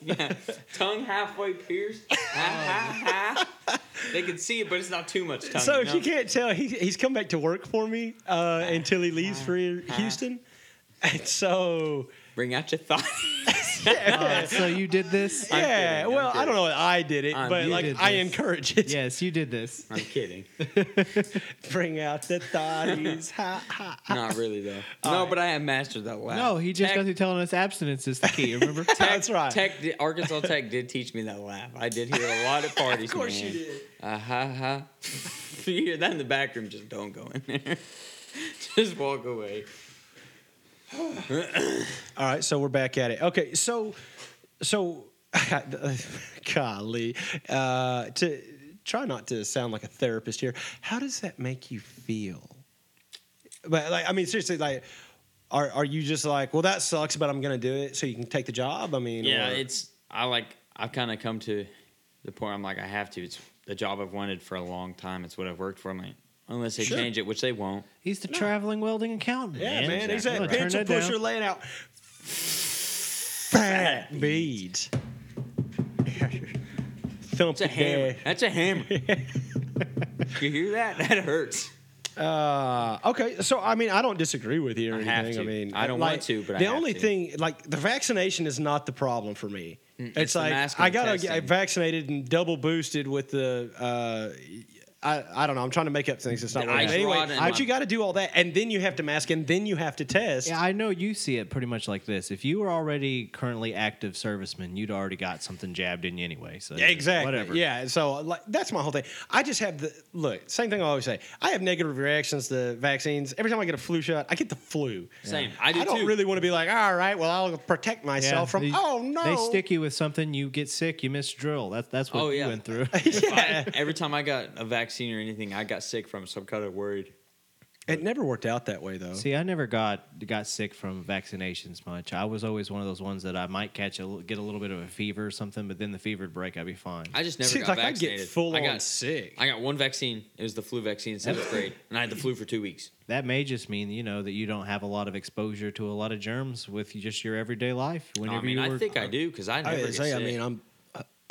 Yeah, tongue halfway pierced. Ah, they can see it, but it's not too much tongue.
So
you
if you
know?
can't tell, he, he's come back to work for me uh,
Uh-huh.
until he leaves for Houston. And so
bring out your thighs.
Uh, so you did this?
I'm
yeah,
kidding,
well,
I'm
I don't know that I did it,
I'm-
but
you
like
did
I
this.
encourage it.
yes, you did this.
I'm kidding.
Bring out the thotties. ha ha.
Not really though. no, but I have mastered that laugh.
No, he just
Tech-
got through telling us abstinence is the key. Remember?
That's right.
Tech did, Arkansas Tech did teach me that laugh. I did hear it a lot at parties.
Of course
man.
you did.
Uh, ha ha. if you hear that in the back room, just don't go in there. just walk away.
All right, so we're back at it. Okay, so so golly, uh, to try not to sound like a therapist here. How does that make you feel? But like, I mean, seriously, like, are are you just like, well, that sucks, but I'm gonna do it so you can take the job? I mean,
Yeah,
or-
it's I like I've kind of come to the point I'm like I have to. It's the job I've wanted for a long time. It's what I've worked for. I'm like unless they
Sure.
change it, which they won't.
He's the traveling welding accountant.
yeah, man,
exactly.
exactly. Pencil
Turn that down.
pusher laying out fat beads. Thump
It's a
it
hammer.
down.
That's a hammer. you hear that? That hurts.
Uh, okay, so I mean, I don't disagree with you or
I
anything.
have
I
to.
mean,
I don't
like,
want to, but I
the
have
only
to.
thing, like, the vaccination is not the problem for me. it's,
Mm, it's the
like
mask and
I
the
gotta get
testing.
vaccinated and double boosted with the. Uh, I, I don't know. I'm trying to make up things. It's not
The
working.
ice
Anyway,
rod and
but
my-
you got to do all that, and then you have to mask, and then you have to test.
Yeah, I know you see it pretty much like this. If you were already currently active servicemen, you'd already got something jabbed in you anyway. So
Yeah, exactly.
Whatever.
Yeah. So like that's my whole thing. I just have the look. Same thing I always say. I have negative reactions to vaccines. Every time I get a flu shot, I get the flu.
Same. I do
not
too.
really want to be like, all right, well, I'll protect
Yeah,
myself from.
they-
oh no.
They stick you with something, you get sick, you miss drill. That's that's what
Oh, yeah.
you went through.
If I- every time I got a vaccine or anything, I got sick from, it, so I'm kind of worried.
It never worked out that way though.
See, I never got got sick from vaccinations much. I was always one of those ones that I might catch a li- get a little bit of a fever or something, but then the fever would break, I'd be fine.
I just never
See,
got
like, I
vaccinated.
get full
I
on
got
sick.
I got one vaccine. It was the flu vaccine in seventh grade, and I had the flu for two weeks.
that may just mean you know that you don't have a lot of exposure to a lot of germs with just your everyday life.
No,
Whenever
I mean,
you
I
were,
think I do because I never
I,
get
say,
sick.
I mean, I'm.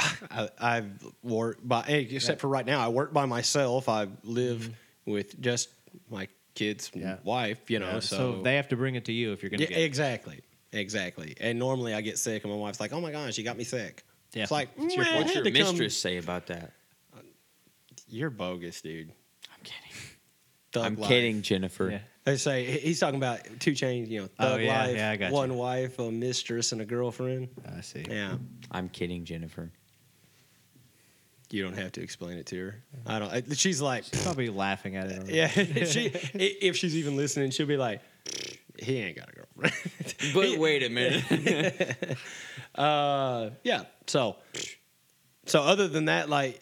I, I've worked by hey, except for right now. I work by myself. I live with just my kids, and
Mm-hmm. Yeah.
wife. You know,
Yeah, so, they have to bring it to you if you're going to
Yeah,
get it.
exactly. Exactly. And normally I get sick, and my wife's like, oh my gosh, you got me sick.
Yeah.
It's like,
It's your
"Nah, I
What's your
had to come-
mistress say about that?
You're bogus, dude.
I'm kidding.
Thug
I'm
life.
kidding, Jennifer.
Yeah.
They say he- he's talking about two chains, you know, thug
Oh, yeah,
life,
yeah, I got you.
one wife, a mistress, and a girlfriend.
I see.
Yeah.
I'm kidding, Jennifer.
You don't have to explain it to her. I don't. I- She's like,
Probably laughing at it. already.
yeah. she, i- if she's even listening, she'll be like, he ain't got a girlfriend.
But wait a minute.
Uh, yeah. So, so other than that, like,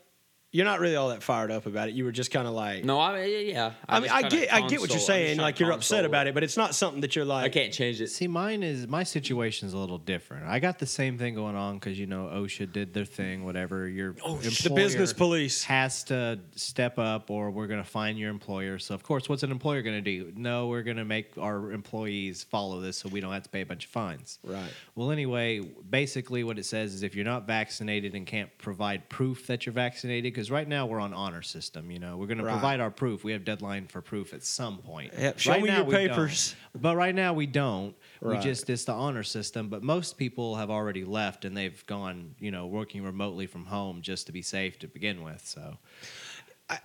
you're not really all that fired up about it. You were just kind of like,
no, I yeah.
I mean,
just
I
kinda
get, I get
console-
what
I'm
you're
just
saying.
trying
Like
to
you're upset
console
about it, but it's not something that you're like.
I can't change it.
See, mine is my situation's a little different. I got the same thing going on because you know OSHA did their thing, whatever. Your
"Oh, The business
employer
police.
has to step up, or we're going to fine your employer. So of course, what's an employer going to do? No, we're going to make our employees follow this, so we don't have to pay a bunch of fines.
Right.
Well, anyway, basically what it says is if you're not vaccinated and can't provide proof that you're vaccinated, because right now we're on honor system, you know, we're going
Right.
to provide our proof. We have deadline for proof at some point.
Yep, show me your
we don't.
papers.
But right now we don't.
Right.
We just it's the honor system. But most people have already left and they've gone, you know, working remotely from home just to be safe to begin with. So.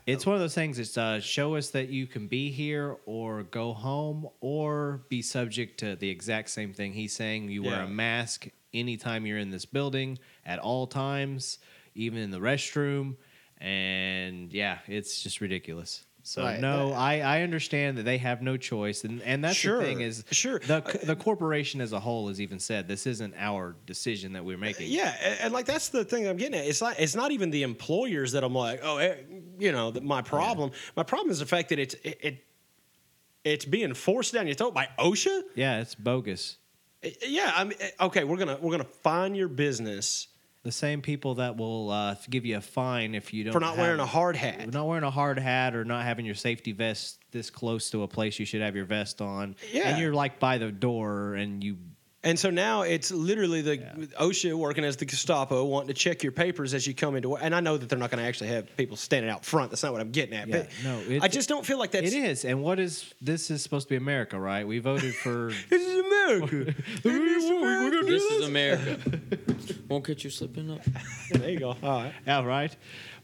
It's one of those things. It's uh, show us that you can be here, or go home, or be subject to the exact same thing he's saying. You wear
Yeah.
a mask anytime you're in this building, at all times, even in the restroom, and yeah, it's just ridiculous. So
Right.
no, I, I understand that they have no choice, and and that's
Sure,
the thing is
sure.
the the corporation as a whole has even said this isn't our decision that we're making.
Yeah, and, and like that's the thing I'm getting at. It's like it's not even the employers that I'm like, oh, eh, you know, th- my problem. My problem is the fact that it's it, it it's being forced down your throat by OSHA.
yeah, it's bogus.
Eh, eh, Yeah, I mean, eh, okay, we're gonna we're gonna fine your business
The same people that will uh, give you a fine if you don't
for not
have-
wearing a hard hat.
not wearing a hard hat or not having your safety vest this close to a place you should have your vest on.
Yeah.
And you're like by the door and you
And so now it's literally the
Yeah.
OSHA working as the Gestapo, wanting to check your papers as you come into work. And I know that they're not going to actually have people standing out front. That's not what I'm getting at.
Yeah,
but
no, it-
I just don't feel like that's.
it is. And what is this is supposed to be America, right? We voted for
This is America.
We're gonna
do
This is America. Won't catch you slipping up.
There you go. All right.
Yeah, right.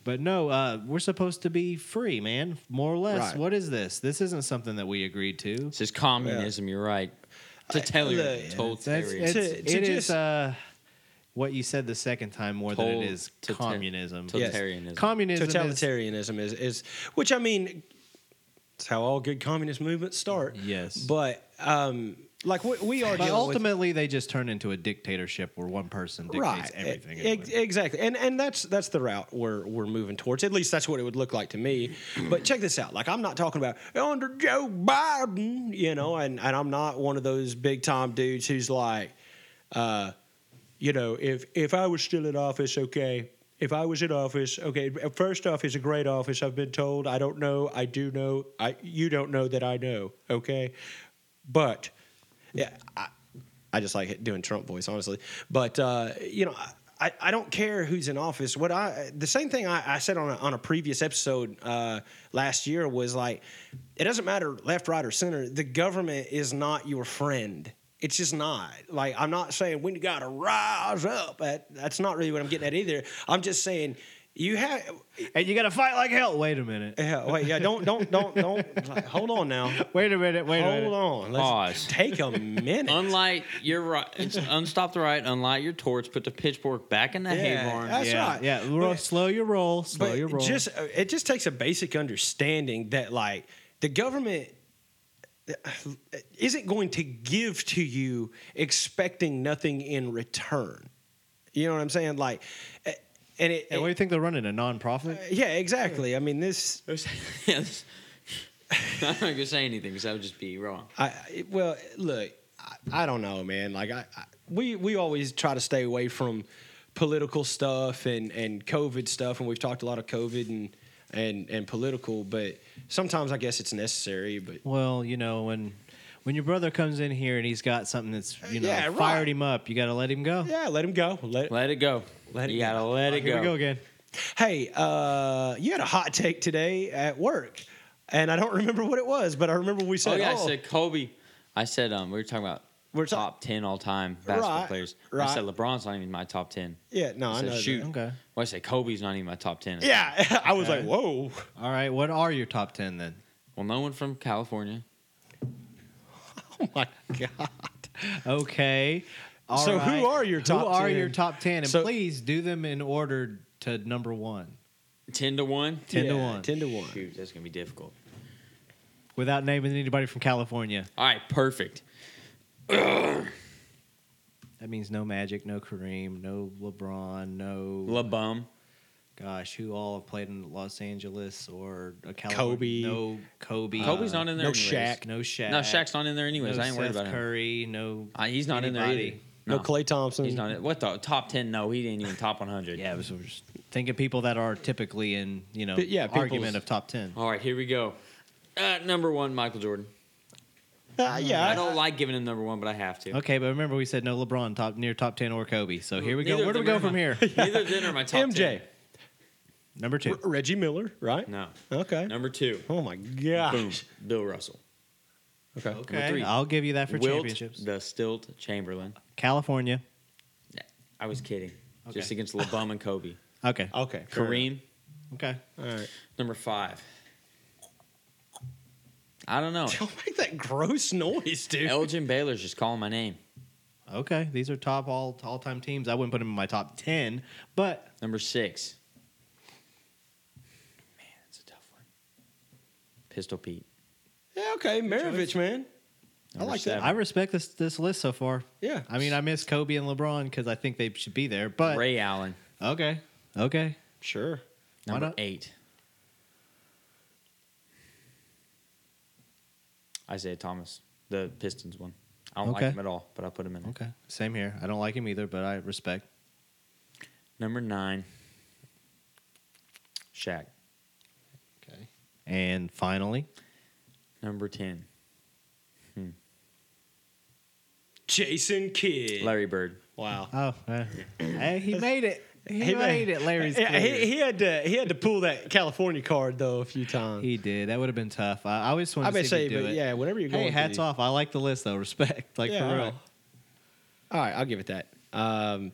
But no, uh, we're supposed to be free, man. More or less.
Right.
What is this? This isn't something that we agreed to.
This is communism. You're right. Totalitarian.
look,
it's,
Totalitarian.
To- to
it is,
just-
uh, what you said the second time more than
Tol-
it is
tota-
communism.
Yes.
Totalitarianism.
Communism. Is,
Totalitarianism is, is, which I mean, it's how all good communist movements start.
Yes.
But um, like we, we are
but
dealing with-
ultimately, they just turn into a dictatorship where one person dictates everything.
E-
anyway.
ex- exactly, and and that's that's the route we're we're moving towards. At least that's what it would look like to me. but check this out. Like I'm not talking about under Joe Biden, you know, and and I'm not one of those big time dudes who's like, uh, you know, if if I was still in office, okay. If I was in office, okay. First off, it's a great office. I've been told. I don't know. I do know. I you don't know that I know. Okay, but yeah, I, I just like doing Trump voice, honestly. But uh, you know, I, I don't care who's in office. What I the same thing I, I said on a, on a previous episode uh, last year was like, it doesn't matter left, right, or center. The government is not your friend. It's just not. Like I'm not saying we got to rise up. That- That's not really what I'm getting at either. I'm just saying you have.
and you got to fight like hell. Wait a minute.
Yeah, wait, yeah. Don't don't don't don't. like, hold on now.
Wait a minute. Wait a minute.
Hold on. Let's
Pause.
take a minute.
Unlight your right, it's unstop the right, unlight your torch, put the pitchfork back in the hay
Yeah,
barn.
that's
yeah,
right.
Yeah. Ro-
But-
slow your roll. Slow
But
your roll.
just uh, it just takes a basic understanding that like the government isn't going to give to you expecting nothing in return. You know what I'm saying? Like, uh, and it,
Hey, what do you think they're running a nonprofit?
yeah, exactly. I mean, this
yes. I'm not gonna say anything because that would just be wrong.
I- I well, look, I, I don't know, man. Like I, I, we we always try to stay away from political stuff and and COVID stuff, and we've talked a lot of COVID and and and political, but sometimes I guess it's necessary. But
Well, you know when when your brother comes in here and he's got something that's you know
Uh, Yeah, right.
fired him up, you got to let him go. Oh,
yeah, let him go. Let,
Let it go.
Let it
you
go.
gotta let it
Here
go.
we go again.
hey, uh, you had a hot take today at work, and I don't remember what it was, but I remember we
Oh
said,
yeah, I
"Oh,
said Kobe. I said um we were talking about
We're ta-
top ten all time basketball
Right,
players.
right.
I said LeBron's not even in my top ten.
yeah, no, I
said
know." that."
shoot.
Okay.
Well, I say Kobe's not even my top ten.
Yeah, I was
Okay.
like, "Whoa."
All right. What are your top ten then?
Well, no one from California.
Oh my god.
Okay. All
So who
right.
are your top
Who are
10?
your top ten? And
So-
please do them in order to number one,
Ten to one.
ten to
Yeah,
one,
10 to 1.
Shoot, that's gonna be difficult.
without naming anybody from California.
All right, perfect.
That means no Magic, no Kareem, no LeBron, no
LeBum.
gosh, who all have played in Los Angeles or
Kobe.
a California? No Kobe.
Kobe's not in there.
no
anyways.
Shaq.
No Shaq.
No, Shaq's not in there anyways.
no
I ain't worried
Seth
about him.
Curry, no.
Uh, he's not in there
anybody.
either.
No, Clay Thompson.
He's not. in- What the top ten? No, he didn't even top 100.
Yeah, I was just thinking people that are typically in you know
But yeah, people's-
argument of top ten.
All right, here we go. At number one, Michael Jordan.
Uh, yeah,
I don't like giving him number one, but I have to.
Okay, but remember we said no LeBron top near top ten or Kobe. So here we go.
Neither
Where do
of
we
them
go
are
from
my-
here?
Neither of them are my top
MJ.
10.
Number two.
R- Reggie Miller, right?
No.
Okay.
Number two.
Oh my gosh.
Boom. Bill Russell.
Okay.
Number three.
I'll give you that for
Wilt,
championships.
the Stilt Chamberlain.
California.
I was kidding. Just
Okay.
against LeBum and Kobe.
Okay.
Okay. fair
Kareem.
Okay.
enough. All right.
Number five. I don't know.
Don't make that gross noise, dude.
Elgin Baylor's just calling my name.
Okay. These are top all all time teams. I wouldn't put them in my top ten, but
Number six. Man, that's a tough one. Pistol Pete.
yeah, okay. Maravich, man. I
Number
like that.
seven.
I respect this this list so far.
Yeah.
I mean, I miss Kobe and LeBron because I think they should be there. But
Ray Allen.
okay, okay,
sure.
Why
Number
not?
eight. Isaiah Thomas, the Pistons one. I don't
Okay.
like him at all, but I put him in. there.
okay. Same here. I don't like him either, but I respect.
Number nine. Shaq.
Okay. And finally,
Number ten.
Jason Kidd.
Larry Bird.
wow.
oh, uh, hey, he made it. He,
He
made,
ma-
it. Larry's.
Yeah,
Yeah,
he, he had to he had to pull that California card though a few times.
he did. That would have been tough. I, I always wanted
I
to
bet
see
say,
him do
but
it.
yeah, whenever you're going.
Hey,
through
hats
these-
off. I like the list though. Respect, like
Yeah,
for real.
all right. All right, I'll give it that. Um,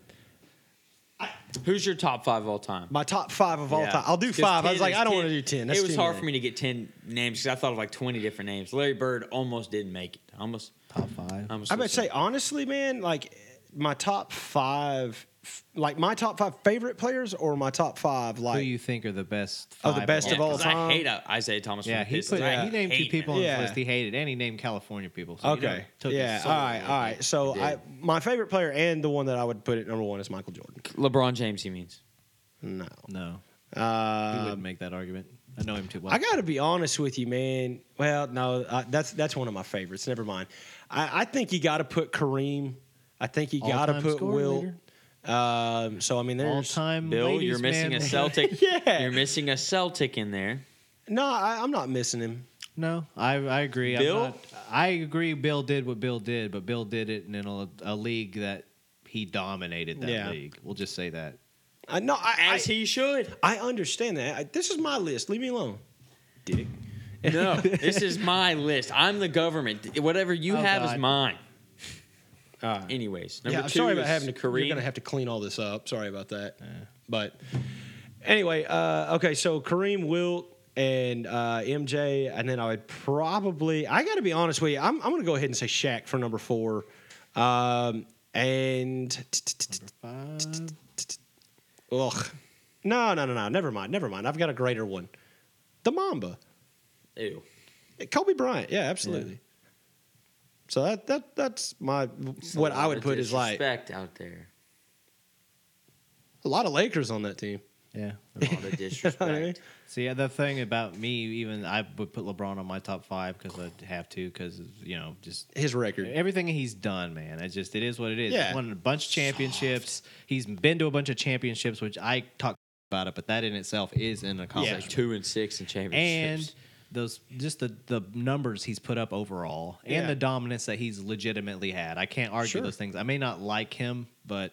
Who's your top five of all time?
my top five of all
Yeah.
time. I'll do
'Cause
five.
10
I was like,
is
I don't want to do ten. That's
it was
too
hard
many.
for me to get ten names because I thought of like twenty different names. Larry Bird almost didn't make it. Almost.
Top five.
almost
I would
was-
say honestly, man, like my top five, like my top five favorite players, or my top five
Who
like
you think are the best?
Of Oh, the
five
best
Yeah,
of all
'cause
time.
I hate uh, Isaiah Thomas.
Yeah,
from the
he put.
Pistons. I
uh,
he named
hate
two
him.
people on
Yeah.
his list he hated, and he named California people. So you know,
okay,
took his
yeah, all
soul
right,
away.
all right. So
He did.
I, my favorite player and the one that I would put at number one is Michael Jordan.
LeBron James. He means
No,
No, he
uh,
wouldn't make that argument. I know him too well.
I got to be honest with you, man. Well, no, I, that's that's one of my favorites. Never mind. I, I think you got to put Kareem. I think you got to
All-time
put
scorer
Will.
leader?
Um, so I mean,
all
there's
time.
Bill.
ladies
you're missing
man.
a Celtic.
Yeah.
you're missing a Celtic in there.
no. I, I'm not missing him.
No, I, I agree.
Bill?
I'm not, I agree. Bill did what Bill did, but Bill did it in a, a league that he dominated. That
Yeah.
league. We'll just say that.
I no. I, I,
As he should.
I understand that. I, this is my list. Leave me alone.
Dick. No, this is my list. I'm the government. Whatever you
Oh,
have
God.
is mine.
All right.
Anyways, number
Uh, Yeah, I'm
two
sorry
is
about having to. You're
Kareem.
gonna have to clean all this up. Sorry about that. But anyway, uh, okay. So Kareem Wilt and uh, MJ, and then I would probably. I got to be honest with you. I'm, I'm gonna go ahead and say Shaq for number four. Um, and
Five.
ugh, no, no, no, no. Never mind. Never mind. I've got a greater one. The Mamba.
Ew.
Kobe Bryant, yeah, absolutely. So that that that's my
It's a
what I
lot
would
of
put is like
disrespect out there.
a lot of Lakers on that team.
Yeah.
A lot of disrespect.
See, the thing about me, even I would put LeBron on my top five because I'd have to, because you know, just
His record,
everything he's done, man. It's just it is what it is.
Yeah.
He's won a bunch of championships. He's been to a bunch of championships, which I talk about it, but that in itself is an
Like
accomplishment.
two and six in championships.
And those just the the numbers he's put up overall and
Yeah.
the dominance that he's legitimately had. I can't argue
Sure.
those things. I may not like him, but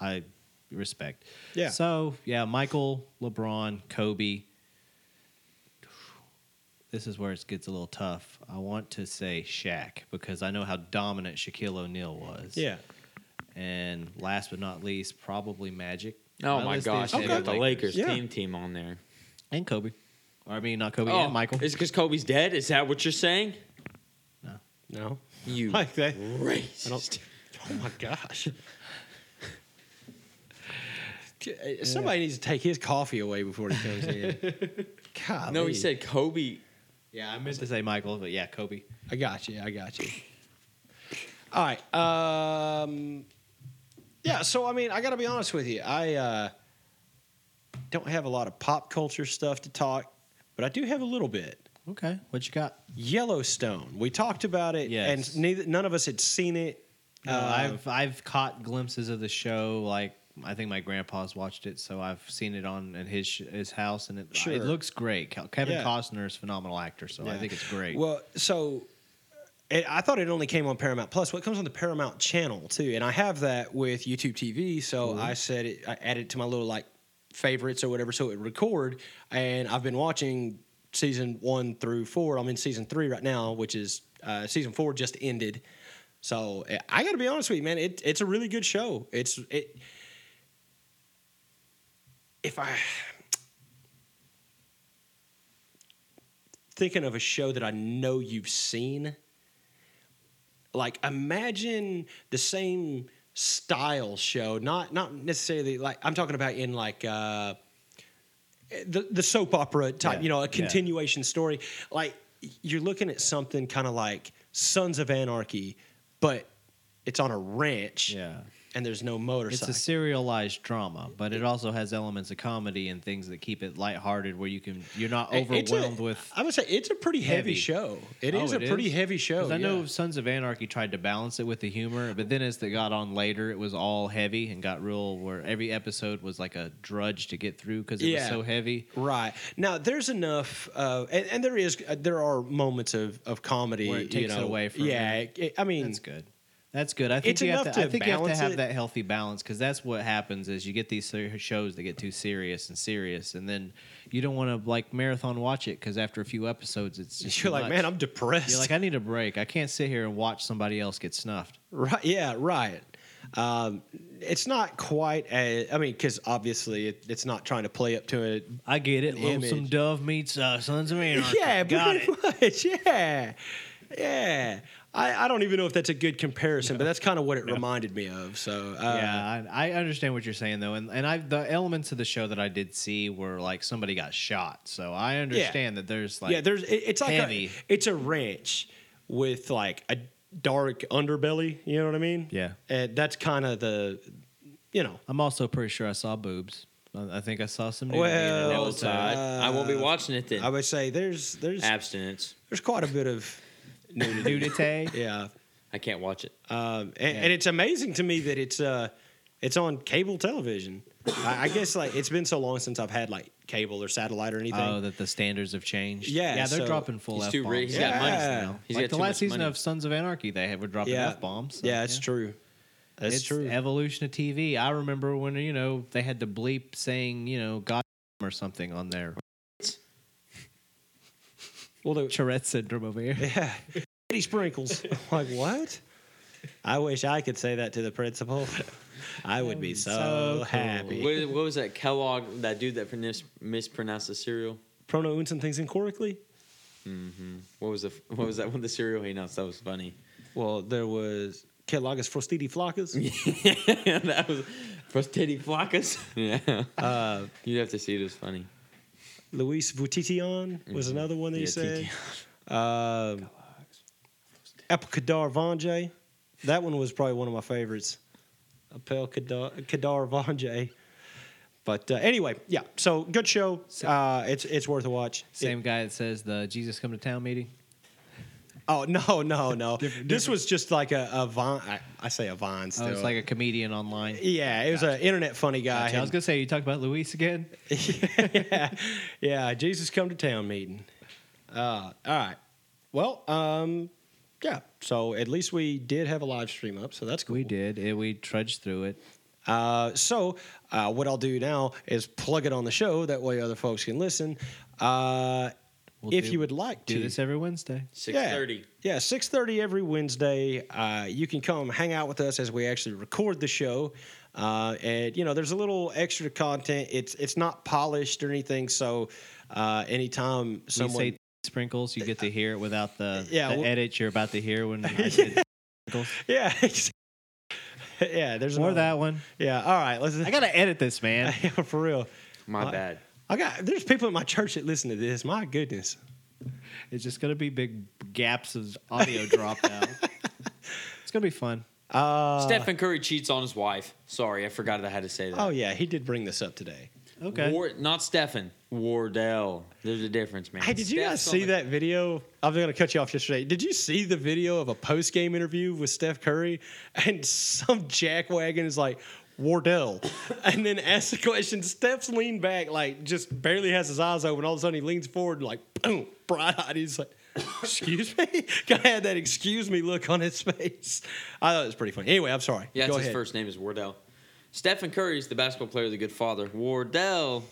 I respect.
Yeah.
So yeah, Michael, LeBron, Kobe. This is where it gets a little tough. I want to say Shaq because I know how dominant Shaquille O'Neal was.
yeah.
And last but not least, probably Magic.
oh my
list is
gosh, they
Okay.
got the Lakers
Yeah.
team team on there.
and Kobe. Or, I mean, not Kobe
oh,
and Michael.
Is because Kobe's dead? Is that what you're saying?
No,
You
like that. I
racist.
don't. Oh my gosh. uh, Somebody needs to take his coffee away before he comes in. God,
No, he said Kobe.
Yeah, I meant to say Michael, but yeah, Kobe.
I got you. I got you. All right. Um, yeah. So I mean, I got to be honest with you. I uh, don't have a lot of pop culture stuff to talk, but I do have a little bit.
Okay, what you got?
Yellowstone. We talked about it,
Yes.
and neither none of us had seen it. Uh,
I've I've caught glimpses of the show. Like I think my grandpa's watched it, so I've seen it on at his his house, and it
Sure.
it looks great. Kel- Kevin
Yeah.
Costner is a phenomenal actor, so I
Yeah.
think it's great.
Well, so it, I thought it only came on Paramount Plus. Well, it comes on the Paramount channel too, and I have that with YouTube TV. So I said it, I added it to my little like favorites or whatever, so it would record. And I've been watching season one through four. I'm in season three right now, which is uh, season four just ended. So I- I got to be honest with you, man. It, it's a really good show. It's it. If I thinking of a show that I know you've seen. Like imagine the same style show, not not necessarily like I'm talking about in like uh the the soap opera type,
Yeah,
you know,
yeah.
a continuation story. Like you're looking at something kind of like Sons of Anarchy, but it's on a ranch
yeah,
and there's no motorcycle.
it's a serialized drama, but it also has elements of comedy and things that keep it lighthearted, where you can you're not
It- it's a-
overwhelmed with.
I would say it's a pretty heavy,
Heavy.
show. It
Oh,
is
it
a pretty
is?
heavy show.
'Cause I
yeah.
know Sons of Anarchy tried to balance it with the humor, but then as they got on later, it was all heavy and got real where every episode was like a drudge to get through because it
Yeah.
was so heavy.
Right now, there's enough, uh, and, and there is uh, there are moments of of comedy
Where it
you
takes it
know.
away for a
yeah,
minute.
it- I mean,
That's good. That's good. I think
It's
you have
enough
to,
to
I think you have to
balance
have
it.
that healthy balance because that's what happens is you get these ser- shows that get too serious and serious, and then you don't want to like marathon watch it because after a few episodes, it's just
you're
too
like,
much.
man, I'm depressed.
You're like, I need a break. I can't sit here and watch somebody else get snuffed.
right? Yeah, right. Um, it's not quite as, I mean, because obviously it, it's not trying to play up to it.
I get it.
An
Lonesome
image.
Dove meets uh, Sons of Anarchy.
yeah,
got
pretty
it.
much. Yeah. Yeah. I, I don't even know if that's a good comparison, but that's kind of what it reminded me of. So, uh,
yeah, I, I understand what you're saying though, and and I the elements of the show that I did see were like somebody got shot, so I understand that there's like
yeah, there's it, it's like
heavy.
A, it's a ranch with like a dark underbelly. You know what I mean?
Yeah.
and that's kind of the, you know,
I'm also pretty sure I saw boobs. I, I think I saw some. nudity in it.
That
Well,
was odd. I won't be watching it then.
Oh, uh, I would say there's there's
Abstinence.
there's quite a bit of nudity.
nudity.
yeah,
I can't watch it.
um, and, and it's amazing to me that it's uh it's on cable television. I, I guess like it's been so long since I've had like cable or satellite or anything.
Oh, that the standards have changed.
Yeah,
yeah, they're
so-
dropping full
He's
f
too rich.
bombs.
He's got money
Yeah.
now. He's
like
got
the
too
last
much
season
money.
of Sons of Anarchy, they had- were dropping
yeah,
f bombs.
yeah, it's true. That's
it's
true.
Evolution of TV. I remember when you know they had to bleep saying you know God or something on there.
well, the,
Tourette syndrome over here.
Yeah. Kitty sprinkles. like, what? I wish I could say that to the principal. I would be so,
so cool.
happy.
What, what was that Kellogg? That dude that pronounce- mispronounced the cereal.
Pronouns and things incorrectly?
What was the What was that one? The cereal he announced that was funny.
Well, there was Kellogg's Frostiti Flockas.
that was Frostiti Flockas. Yeah,
Uh,
you'd have to see it. It was funny.
Luis Vutitian was
Mm-hmm.
another one that he
Yeah,
said.
Tiki.
Um, Apelkadar Vanjay. That one was probably one of my favorites. Apelkadar Kadar Vanjay. But uh, anyway, yeah. So good show. Uh, it's it's worth a watch. It-
Same guy that says the Jesus come to town meeting.
Oh no, no, no! this was just like a, a vine. I, I say a vine still.
Oh, it's like a comedian online.
yeah, it was an internet funny guy.
Gotcha. I was gonna say you talk about Luis again.
yeah, yeah, Jesus come to town meeting. Uh, all right. Well, um, yeah. So at least we did have a live stream up, so that's cool.
We did. It, we trudged through it.
Uh, so uh, what I'll do now is plug it on the show. That way, other folks can listen. Uh,
We'll
if
do-
you would like
Do
to
this every Wednesday.
Six thirty.
Yeah, six thirty every Wednesday. Uh, you can come hang out with us as we actually record the show, uh, and you know there's a little extra content. It's it's not polished or anything. So uh, anytime someone,
we say sprinkles, you get to hear it without the,
Yeah,
the
well-
edit you're about to hear when I said sprinkles.
yeah, yeah, there's
Or
another-
that one.
Yeah, all right, let's.
I gotta edit this, man.
for real.
My
Uh,
bad.
I got there's people in my church that listen to this. My goodness.
It's just gonna be big gaps of audio dropped out. It's gonna be fun.
Uh,
Stephen Curry cheats on his wife. Sorry, I forgot I had to say that.
Oh yeah, he did bring this up today.
Okay.
War, not Stefan. Wardell. There's a difference, man.
Hey, did you guys
Steph's
see
on the-
that video? I was going to cut you off yesterday. Did you see the video of a post game interview with Steph Curry and some jackwagon is like Wardell, and then asks the question. Steph's leaned back, like just barely has his eyes open. All of a sudden, he leans forward and like boom, bright eyed. He's like, "Excuse me." Guy had that "excuse me" look on his face. I thought it was pretty funny. Anyway, I'm sorry.
Yeah,
Go
it's his
ahead.
first name is Wardell. Stephen Curry's the basketball player, the good father. Wardell.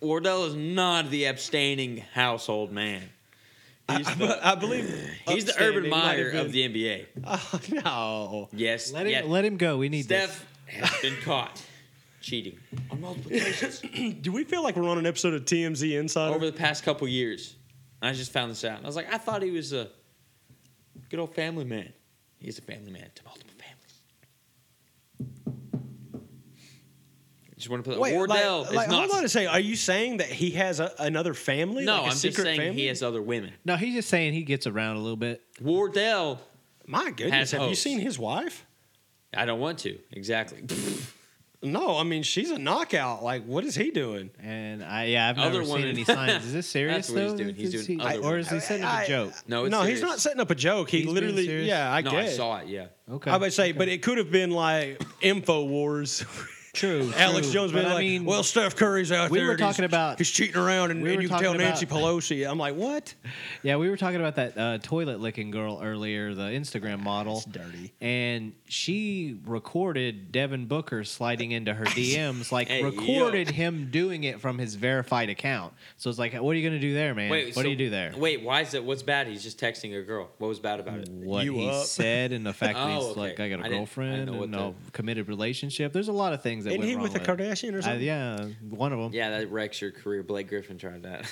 Wardell is not the abstaining household man. He's
I,
the,
I- I believe
he's the Urban
upstanding might
Meyer
have
of the NBA.
been- Oh no.
Yes.
Let him
yes.
let him go. We need this.
Steph has been caught cheating on multiple occasions
Do we feel like we're on an episode of TMZ Insider?
over the past couple years. I just found this out. And I was like, I thought he was a good old family man. He's a family man to multiple families. Just want to put that.
Wait,
Wardell
like,
is
like,
not.
hold on a second. Are you saying that he has a, another family?
no,
like a
I'm just
secret
saying
family?
he has other women.
No, he's just saying he gets around a little bit.
Wardell,
My goodness,
has
have you
hoes.
seen his wife?
I don't want to. Exactly.
No, I mean she's a knockout. Like, what is he doing?
And I yeah, I've
Other
never seen
women.
any signs. Is this serious
That's what he's
though?
doing. He's
Is
doing
he-
other
or is he
women.
setting up
I-
a joke?
No, it's
no,
serious.
he's not setting up a joke. He
He's being
literally,
serious?
yeah, I
no,
get.
I saw it. Yeah.
Okay.
I would say, but it could have been like Infowars.
True.
Alex
true,
Jones
but
been like,
I mean,
well, Steph Curry's out
we
there.
were
and he's-
talking about-
he's cheating around, and,
we
and
were
you can tell
talking
Nancy
about-
Pelosi. I'm like, what?
Yeah, we were talking about that uh, toilet licking girl earlier, the Instagram model.
That's dirty.
And she recorded Devin Booker sliding into her DMs, like
Hey, yo.
recorded him doing it from his verified account. So it's like, what are you going to do there, man? what do
so-
you do there?
Wait, why is it? What's bad? He's just texting a girl. What was bad about it?
What
You
he
up?
said and the fact that
Oh,
he's
okay.
like, I got
I didn't-
a
I didn't
girlfriend
know what
and a committed relationship. There's a lot of things that
Isn't
went
he
wrong
with a
it.
Kardashian or
Uh,
something?
yeah, one of them.
Yeah, that wrecks your career. Blake Griffin tried that.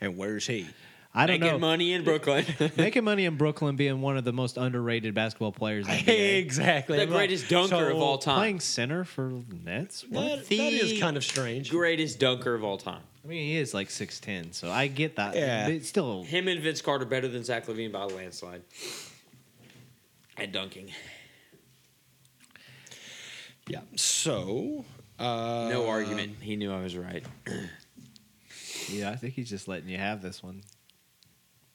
And where's he?
I don't
Making
know.
money in Brooklyn.
Making money in Brooklyn being one of the most underrated basketball players in the NBA.
exactly.
the
I'm like,
greatest dunker of
so-
all time.
Playing center for Nets?
That,
What?
that is
The-
kind of strange.
Greatest dunker of all time.
I mean, he is like 6'10, so I get that.
Yeah.
But it's still,
Him and Vince Carter better than Zach Levine by a landslide. At dunking.
Yeah. So, uh,
No argument. He knew I was right.
yeah, I think he's just letting you have this one.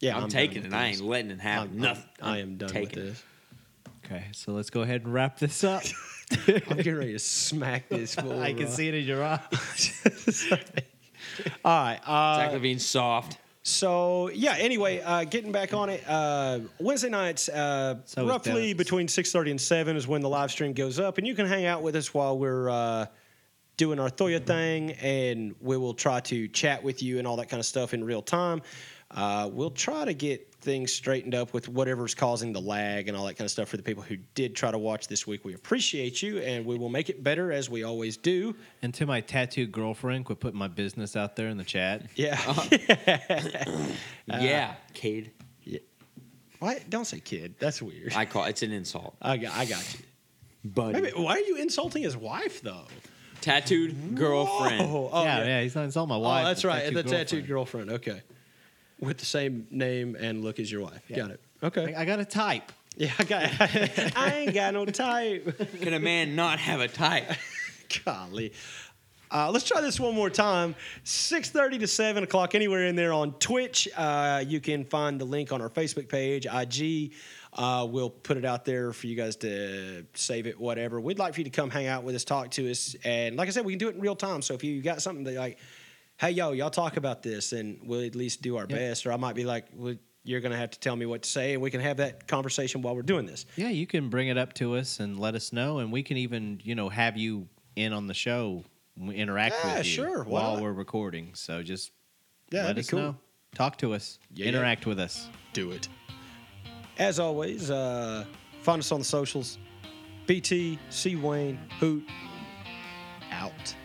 Yeah,
I'm,
done
taking
with
it. I
this.
ain't letting it
I'm-
happen.
I'm-
Nothing.
I am done
taking
with
it.
this.
Okay, so let's go ahead and wrap this up.
I'm getting ready to smack this. fool,
I can
bro.
see it in your eyes.
All right. Uh,
Zach Levine's soft.
So yeah. Anyway, uh, getting back on it, uh, Wednesday nights, uh,
So is
roughly
Dennis.
between six thirty and seven, is when the live stream goes up, and you can hang out with us while we're uh, doing our
Mm-hmm.
Thoya thing, and we will try to chat with you and all that kind of stuff in real time. Uh, we'll try to get things straightened up with whatever's causing the lag and all that kind of stuff for the people who did try to watch this week. We appreciate you, and we will make it better as we always do.
And to my tattooed girlfriend, quit putting my business out there in the chat.
Yeah.
Uh-huh.
uh,
yeah, Cade.
what? Don't say kid. That's weird.
I call it's an insult.
I got, I got you.
Buddy.
Maybe, why are you insulting his wife though?
Tattooed girlfriend.
Oh, oh,
yeah,
yeah,
yeah, he's not insulting my
Oh,
wife.
that's
the
right.
tattooed
the tattooed girlfriend. Okay, with the same name and look as your wife.
Yeah.
Got it. Okay.
I, I got a type.
yeah, I got. I ain't got no type.
Can a man not have a type?
Golly. Uh, let's try this one more time. 6.30 to 7 o'clock, anywhere in there on Twitch. Uh, you can find the link on our Facebook page, IG. Uh, we'll put it out there for you guys to save it, whatever. We'd like for you to come hang out with us, talk to us. And like I said, we can do it in real time. So if you got something that like, hey, yo, y'all talk about this, and we'll at least do our
Yeah.
best. Or I might be like, well, you're going to have to tell me what to say, and we can have that conversation while we're doing this.
Yeah, you can bring it up to us and let us know, and we can even, you know, have you in on the show, and we interact
Yeah,
with you
sure, why
while
not?
we're recording. So just
Yeah,
let
that'd be
us
cool.
know. Talk to us.
Yeah, yeah.
interact with us.
do it. As always, uh, find us on the socials. BT, C Wayne, Hoot, out.